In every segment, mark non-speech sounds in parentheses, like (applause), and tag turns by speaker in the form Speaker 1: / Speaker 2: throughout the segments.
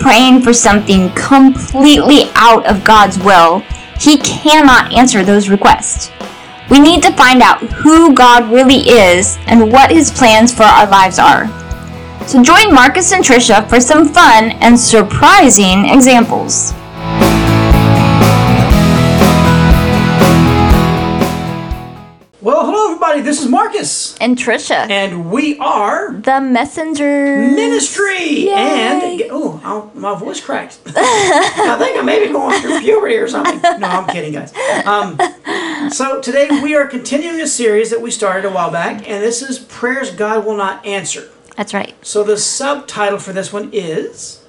Speaker 1: praying for something completely out of God's will, He cannot answer those requests. We need to find out who God really is and what His plans for our lives are. So join Marcus and Trisha for some fun and surprising examples.
Speaker 2: Well, hello everybody. This is Marcus,
Speaker 3: and Trisha,
Speaker 2: and we are
Speaker 3: the messenger.
Speaker 2: Ministry.
Speaker 3: Yay.
Speaker 2: And oh, I'll- my voice cracked. I think I may be going through puberty or something. No, I'm kidding, guys. Um, so today we are continuing a series that we started a while back, and this is prayers God will not answer.
Speaker 3: That's right.
Speaker 2: So the subtitle for this one is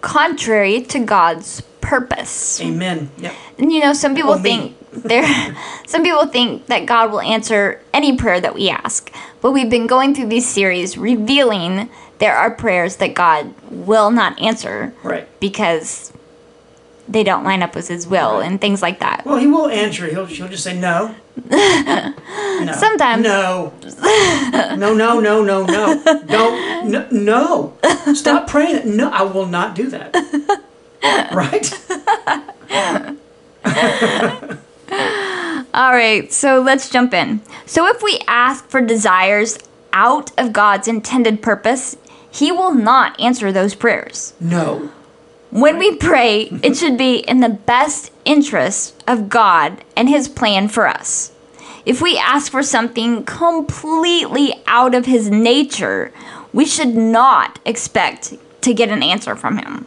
Speaker 3: Contrary to God's purpose.
Speaker 2: Amen. Yep.
Speaker 3: And you know, some people
Speaker 2: Oh, me.
Speaker 3: think there (laughs) some people think that God will answer any prayer that we ask. But we've been going through these series revealing there are prayers that God will not answer
Speaker 2: Right.
Speaker 3: because they don't line up with his will and things like that.
Speaker 2: Well, he will answer. He'll he'll just say no. (laughs) no.
Speaker 3: Sometimes.
Speaker 2: No. No. No. No. No. No. Don't. No. no. Stop praying. that. No, I will not do that.
Speaker 3: (laughs)
Speaker 2: Right.
Speaker 3: All right, so let's jump in. So, if we ask for desires out of God's intended purpose, He will not answer those prayers.
Speaker 2: No.
Speaker 3: When we pray, it should be in the best interest of God and His plan for us. If we ask for something completely out of His nature, we should not expect to get an answer from Him.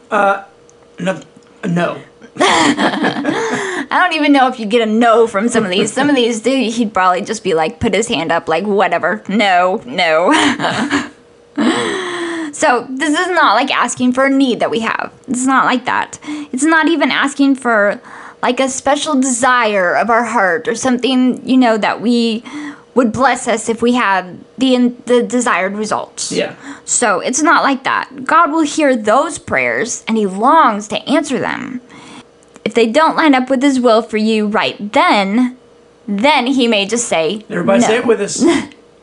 Speaker 2: No. No.
Speaker 3: I don't even know if you get a no from some of these. Some of these, dude, he'd probably just be like, put his hand up, like, whatever. No, no. (laughs) so, this is not like asking for a need that we have. It's not like that. It's not even asking for like a special desire of our heart or something, you know, that we would bless us if we had the, the desired results.
Speaker 2: Yeah.
Speaker 3: So it's not like that. God will hear those prayers and He longs to answer them. If they don't line up with His will for you right then, then He may just say, (laughs)
Speaker 2: Everybody
Speaker 3: no.
Speaker 2: say it with us.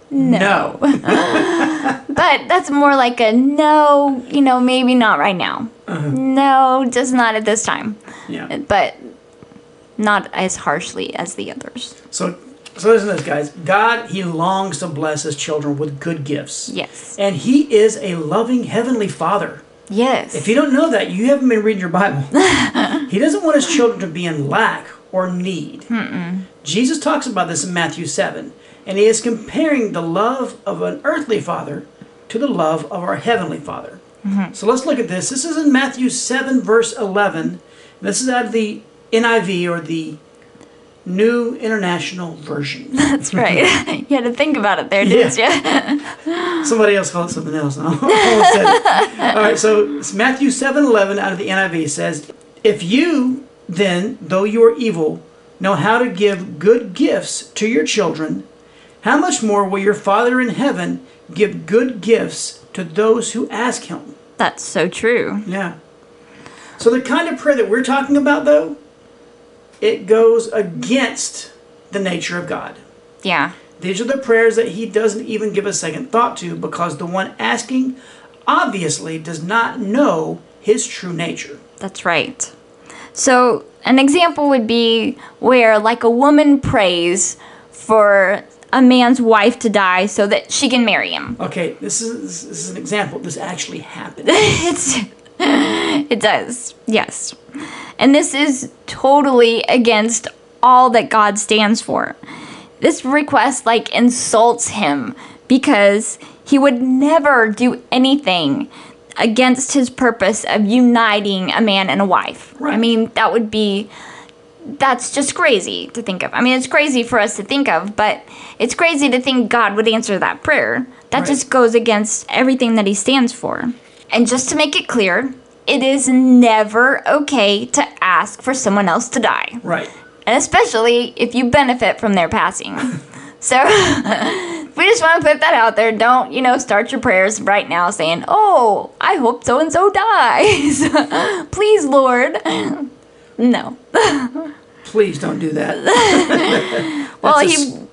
Speaker 2: no.
Speaker 3: But that's more like a no, you know, maybe not right now.
Speaker 2: Uh-huh.
Speaker 3: No, just not at this time.
Speaker 2: Yeah.
Speaker 3: But not as harshly as the others.
Speaker 2: So, so listen to this, guys. God, He longs to bless His children with good gifts.
Speaker 3: Yes.
Speaker 2: And He is a loving heavenly Father.
Speaker 3: Yes.
Speaker 2: If you don't know that, you haven't been reading your Bible. he doesn't want his children to be in lack or need. Jesus talks about this in Matthew 7, and he is comparing the love of an earthly father to the love of our heavenly father. So let's look at this. This is in Matthew 7, verse 11. This is out of the NIV or the New International Version.
Speaker 3: that's right. (laughs) you had to think about it there, didn't you?
Speaker 2: Somebody else called it something else. (laughs) No, I almost said it. All right, so it's Matthew seven eleven out of the NIV says, If you then, though you are evil, know how to give good gifts to your children, how much more will your Father in heaven give good gifts to those who ask him?
Speaker 3: that's so true.
Speaker 2: Yeah. So the kind of prayer that we're talking about, though, it goes against the nature of God.
Speaker 3: Yeah.
Speaker 2: These are the prayers that he doesn't even give a second thought to because the one asking obviously does not know his true nature.
Speaker 3: That's right. So, an example would be where, like, a woman prays for a man's wife to die so that she can marry him. (laughs)
Speaker 2: Okay, this is this is an example. This actually happened.
Speaker 3: It's, it does, yes. And this is totally against all that God stands for. This request, like, insults him because he would never do anything against his purpose of uniting a man and a wife. I
Speaker 2: Right.
Speaker 3: mean, that would be that's just crazy to think of. I mean, it's crazy for us to think of, but it's crazy to think God would answer that prayer. That
Speaker 2: Right.
Speaker 3: just goes against everything that He stands for. And just to make it clear, it is never okay to ask for someone else to die,
Speaker 2: Right.
Speaker 3: and especially if you benefit from their passing.
Speaker 2: (laughs)
Speaker 3: so, (laughs) we just want to put that out there. Don't, you know, start your prayers right now saying, Oh, I hope so and so dies. (laughs) Please, Lord. (laughs) No.
Speaker 2: Please don't do that.
Speaker 3: (laughs) Well,
Speaker 2: That's a
Speaker 3: he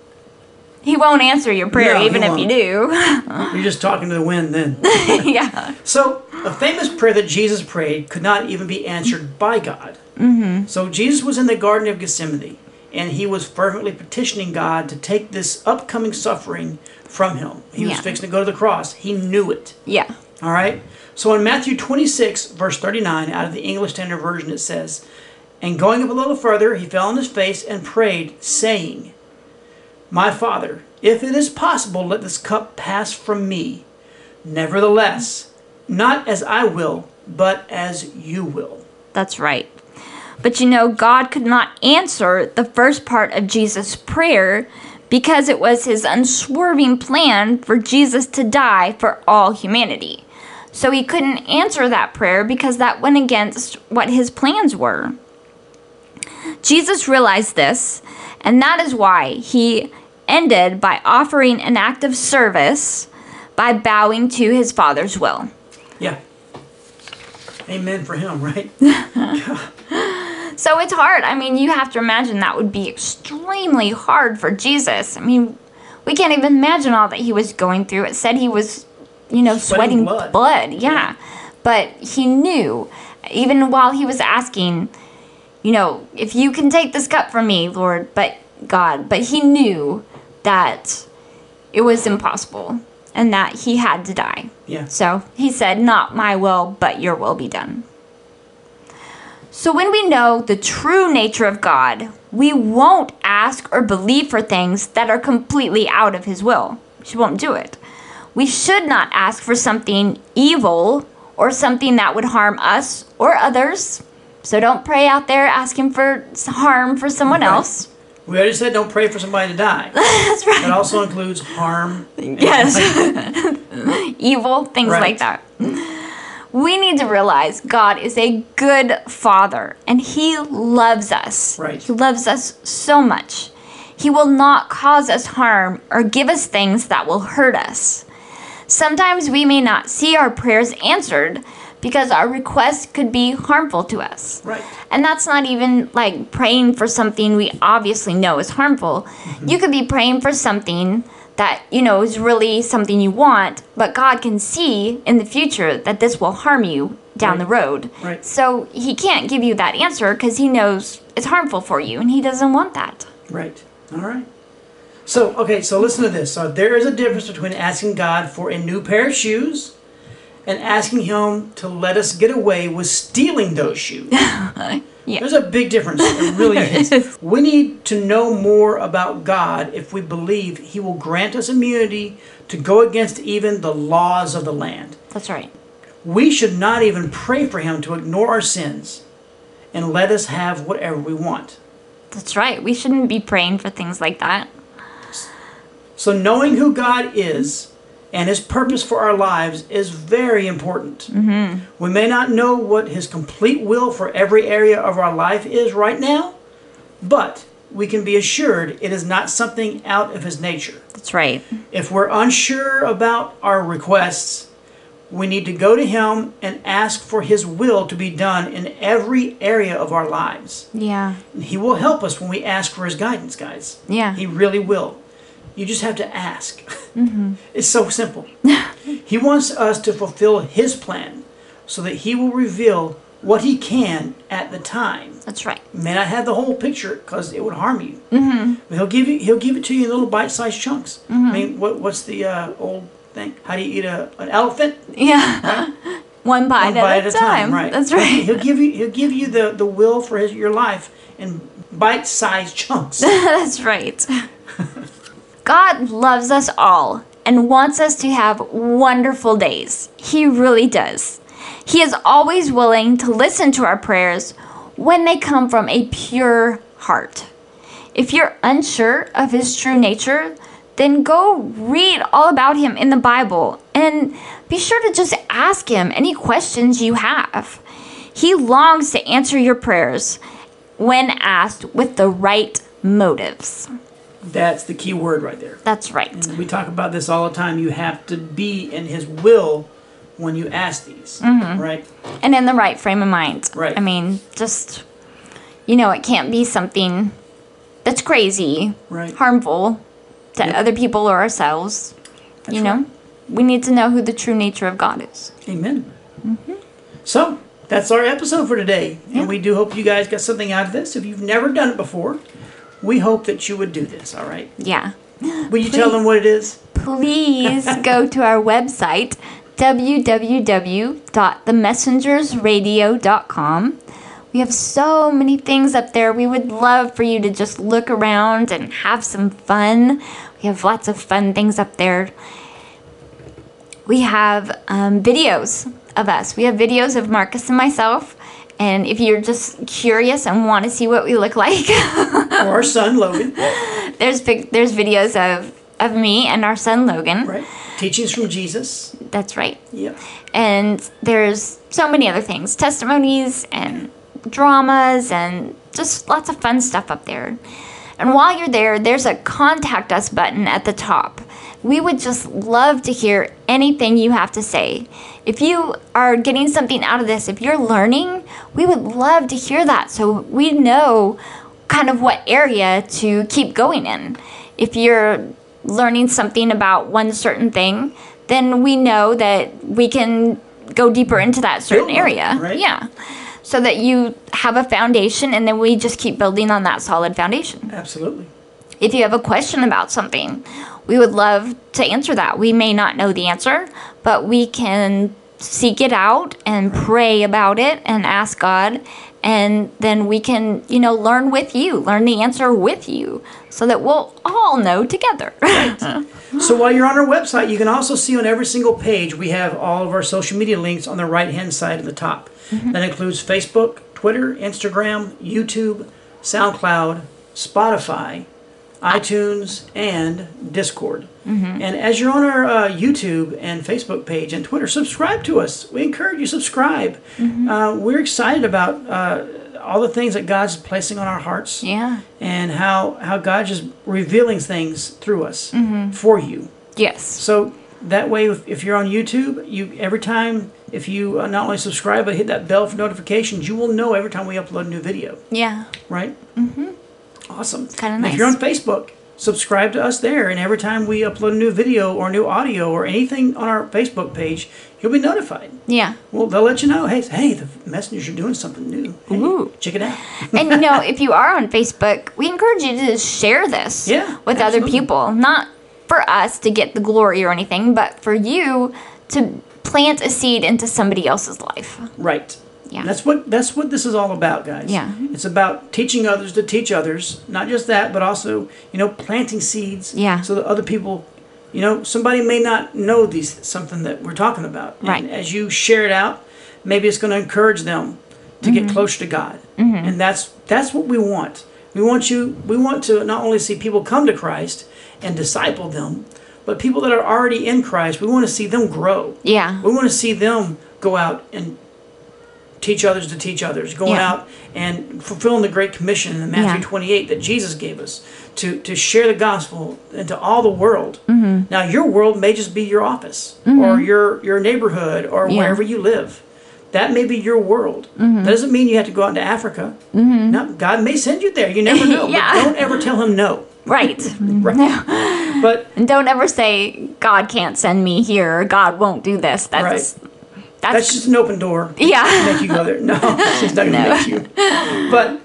Speaker 3: he won't answer your prayer
Speaker 2: No, he
Speaker 3: even if you do. (laughs)
Speaker 2: You're just talking to the wind then.
Speaker 3: yeah.
Speaker 2: So A famous prayer that Jesus prayed could not even be answered by God. Mm-hmm. So Jesus was in the Garden of Gethsemane, and he was fervently petitioning God to take this upcoming suffering from him. He was
Speaker 3: Yeah.
Speaker 2: fixing to go to the cross. He knew it.
Speaker 3: Yeah.
Speaker 2: All right. So in Matthew 26, verse 39, out of the English Standard Version, it says, And going up a little further, he fell on his face and prayed, saying, My Father, if it is possible, let this cup pass from me. Nevertheless, not as I will, but as you will.
Speaker 3: That's right. But you know, God could not answer the first part of Jesus' prayer because it was his unswerving plan for Jesus to die for all humanity. So he couldn't answer that prayer because that went against what his plans were. Jesus realized this, and that is why he ended by offering an act of service by bowing to his Father's will.
Speaker 2: Yeah. Amen for him, right?
Speaker 3: So it's hard. I mean, you have to imagine that would be extremely hard for Jesus. I mean, we can't even imagine all that he was going through. It said he was, you know,
Speaker 2: Sweating
Speaker 3: sweating,
Speaker 2: blood.
Speaker 3: blood. Yeah. But he knew, even while he was asking, you know, if you can take this cup from me, Lord, but God, but he knew that it was impossible and that he had to die.
Speaker 2: Yeah.
Speaker 3: So he said, Not my will, but your will be done. So when we know the true nature of God, we won't ask or believe for things that are completely out of his will. She won't do it. We should not ask for something evil or something that would harm us or others. So don't pray out there asking for s- harm for someone
Speaker 2: Right.
Speaker 3: else. (laughs)
Speaker 2: We already said don't pray for somebody to die.
Speaker 3: That's right.
Speaker 2: That also includes harm. (laughs)
Speaker 3: Yes. (laughs) Evil, things
Speaker 2: Right.
Speaker 3: like that. We need to realize God is a good father and he loves us.
Speaker 2: Right.
Speaker 3: He loves us so much. He will not cause us harm or give us things that will hurt us. Sometimes we may not see our prayers answered because our requests could be harmful to us.
Speaker 2: Right.
Speaker 3: And that's not even like praying for something we obviously know is harmful. You could be praying for something that, you know, is really something you want, but God can see in the future that this will harm you down
Speaker 2: Right.
Speaker 3: the road.
Speaker 2: Right.
Speaker 3: So he can't give you that answer because he knows it's harmful for you and he doesn't want that.
Speaker 2: Right. All right. So, okay, so listen to this. So, there is a difference between asking God for a new pair of shoes and asking Him to let us get away with stealing those shoes. There's a big difference. It really is. We need to know more about God if we believe He will grant us immunity to go against even the laws of the land.
Speaker 3: That's right.
Speaker 2: We should not even pray for Him to ignore our sins and let us have whatever we want.
Speaker 3: That's right. We shouldn't be praying for things like that.
Speaker 2: So, knowing who God is and His purpose for our lives is very important. We may not know what His complete will for every area of our life is right now, but we can be assured it is not something out of His nature.
Speaker 3: That's right.
Speaker 2: If we're unsure about our requests, we need to go to Him and ask for His will to be done in every area of our lives.
Speaker 3: Yeah.
Speaker 2: He will help us when we ask for His guidance, guys.
Speaker 3: Yeah.
Speaker 2: He really will. You just have to ask.
Speaker 3: Mm-hmm.
Speaker 2: (laughs) It's so simple.
Speaker 3: (laughs)
Speaker 2: he wants us to fulfill His plan so that He will reveal what He can at the time.
Speaker 3: That's right. (laughs)
Speaker 2: May not have the whole picture because it would harm you. Mm-hmm. But he'll give you. He'll give it to you in little bite-sized chunks.
Speaker 3: Mm-hmm.
Speaker 2: I mean, what, what's the uh, old thing? How do you eat a, an elephant?
Speaker 3: Yeah. One bite,
Speaker 2: One bite
Speaker 3: at, a time.
Speaker 2: right?
Speaker 3: That's right.
Speaker 2: He'll give you. He'll give you the, the will for his, your life in bite-sized (laughs)
Speaker 3: (laughs)
Speaker 2: chunks.
Speaker 3: That's right. (laughs) God loves us all and wants us to have wonderful days. He really does. He is always willing to listen to our prayers when they come from a pure heart. If you're unsure of his true nature, then go read all about him in the Bible and be sure to just ask him any questions you have. He longs to answer your prayers when asked with the right motives.
Speaker 2: That's the key word right there.
Speaker 3: That's right.
Speaker 2: We talk about this all the time. You have to be in his will when you ask these,
Speaker 3: Mm-hmm.
Speaker 2: right?
Speaker 3: And in the right frame of mind.
Speaker 2: Right.
Speaker 3: I mean, just, you know, it can't be something that's crazy,
Speaker 2: Right.
Speaker 3: harmful to
Speaker 2: Yep.
Speaker 3: other people or ourselves. you know,
Speaker 2: right.
Speaker 3: we need to know who the true nature of God is.
Speaker 2: Amen.
Speaker 3: Mm-hmm.
Speaker 2: So that's our episode for today, and we do hope you guys got something out of this. If you've never done it before, we hope that you would do this. All right?
Speaker 3: Yeah.
Speaker 2: Will you tell them what it is?
Speaker 3: Please go to our website, www.themessengersradio.com. We have so many things up there. We would love for you to just look around and have some fun. We have lots of fun things up there. We have um, videos of us. We have videos of Marcus and myself. And if you're just curious and want to see what we look (laughs) like,
Speaker 2: Or our
Speaker 3: (laughs)
Speaker 2: son Logan,
Speaker 3: there's pic- there's videos of of me and our son Logan.
Speaker 2: right? Teachings from Jesus.
Speaker 3: That's right.
Speaker 2: Yep.
Speaker 3: And there's so many other things, testimonies and dramas and just lots of fun stuff up there. And while you're there, there's a contact us button at the top. We would just love to hear anything you have to say. If you are getting something out of this, if you're learning, we would love to hear that so we know kind of what area to keep going in. If you're learning something about one certain thing, then we know that we can go deeper into that certain
Speaker 2: Build on it,
Speaker 3: area.
Speaker 2: right?
Speaker 3: Yeah. So that you have a foundation and then we just keep building on that solid foundation.
Speaker 2: Absolutely.
Speaker 3: If you have a question about something, we would love to answer that. We may not know the answer, but we can seek it out and pray about it and ask God and then we can, you know, learn with you, learn the answer with you so that we'll all know together. (laughs)
Speaker 2: So while you're on our website, you can also see on every single page we have all of our social media links on the right hand side at the top. That includes Facebook, Twitter, Instagram, YouTube, SoundCloud, Spotify, iTunes, and Discord. And as you're on our uh, YouTube and Facebook page and Twitter, subscribe to us. We encourage you subscribe. Uh, we're excited about uh, all the things that God's placing on our hearts
Speaker 3: yeah.
Speaker 2: and how how God's just revealing things through us
Speaker 3: Mm-hmm.
Speaker 2: for you.
Speaker 3: Yes.
Speaker 2: So that way, if, if you're on YouTube, you every time if you uh, not only subscribe but hit that bell for notifications, you will know every time we upload a new video.
Speaker 3: Yeah.
Speaker 2: Right? Mm-hmm. Awesome.
Speaker 3: kinda
Speaker 2: And If
Speaker 3: nice.
Speaker 2: you're on Facebook, subscribe to us there, and every time we upload a new video or new audio or anything on our Facebook page, you'll be notified.
Speaker 3: Yeah.
Speaker 2: Well, they'll let you know. Hey, hey, the messengers are doing something new. Hey,
Speaker 3: Ooh.
Speaker 2: check it out.
Speaker 3: and you know, if you are on Facebook, we encourage you to share this
Speaker 2: Yeah,
Speaker 3: with
Speaker 2: absolutely.
Speaker 3: other people. Not for us to get the glory or anything, but for you to plant a seed into somebody else's life.
Speaker 2: Right.
Speaker 3: Yeah.
Speaker 2: That's what that's what this is all about, guys.
Speaker 3: Yeah.
Speaker 2: It's about teaching others to teach others. Not just that, but also, you know, planting seeds.
Speaker 3: Yeah.
Speaker 2: So that other people you know, somebody may not know these something that we're talking about. And
Speaker 3: Right.
Speaker 2: as you share it out, maybe it's gonna encourage them to
Speaker 3: Mm-hmm.
Speaker 2: get closer to God. And that's that's what we want. We want you we want to not only see people come to Christ and disciple them, but people that are already in Christ, we want to see them grow.
Speaker 3: Yeah.
Speaker 2: We want to see them go out and teach others to teach others, going
Speaker 3: Yeah.
Speaker 2: out and fulfilling the Great Commission in Matthew
Speaker 3: Yeah.
Speaker 2: 28 that Jesus gave us to, to share the gospel into all the world. Mm-hmm. Now, your world may just be your office or your, your neighborhood or
Speaker 3: Mm-hmm. Yeah. Mm-hmm.
Speaker 2: wherever you live. That may be your world. That doesn't mean you have to go out to Africa. No, God may send you there. You
Speaker 3: (laughs)
Speaker 2: never know.
Speaker 3: Yeah.
Speaker 2: But don't ever tell
Speaker 3: (laughs)
Speaker 2: him no.
Speaker 3: Right.
Speaker 2: Right. but
Speaker 3: and don't ever say God can't send me here or God won't do this. That's
Speaker 2: that's
Speaker 3: that's,
Speaker 2: just an open door.
Speaker 3: yeah.
Speaker 2: make you go there. No, she's not gonna make you. But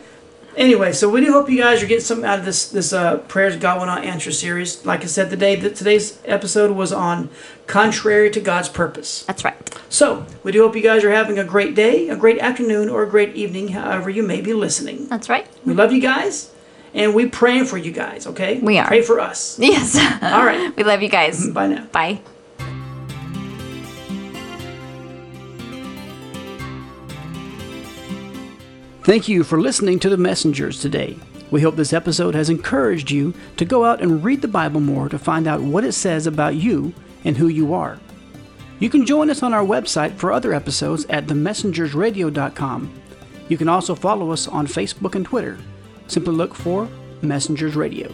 Speaker 2: anyway, so we do hope you guys are getting something out of this this uh, prayers God will not answer series. Like I said, today that today's episode was on contrary to God's purpose.
Speaker 3: That's right.
Speaker 2: So we do hope you guys are having a great day, a great afternoon, or a great evening, however you may be listening.
Speaker 3: That's right. (laughs)
Speaker 2: We love you guys, and we praying for you guys. Okay,
Speaker 3: We are.
Speaker 2: pray for us.
Speaker 3: Yes.
Speaker 2: All right,
Speaker 3: we love you guys.
Speaker 2: bye now.
Speaker 3: Bye.
Speaker 2: Thank you for listening to The Messengers today. We hope this episode has encouraged you to go out and read the Bible more to find out what it says about you and who you are. You can join us on our website for other episodes at themessengersradio.com. You can also follow us on Facebook and Twitter. Simply look for Messengers Radio.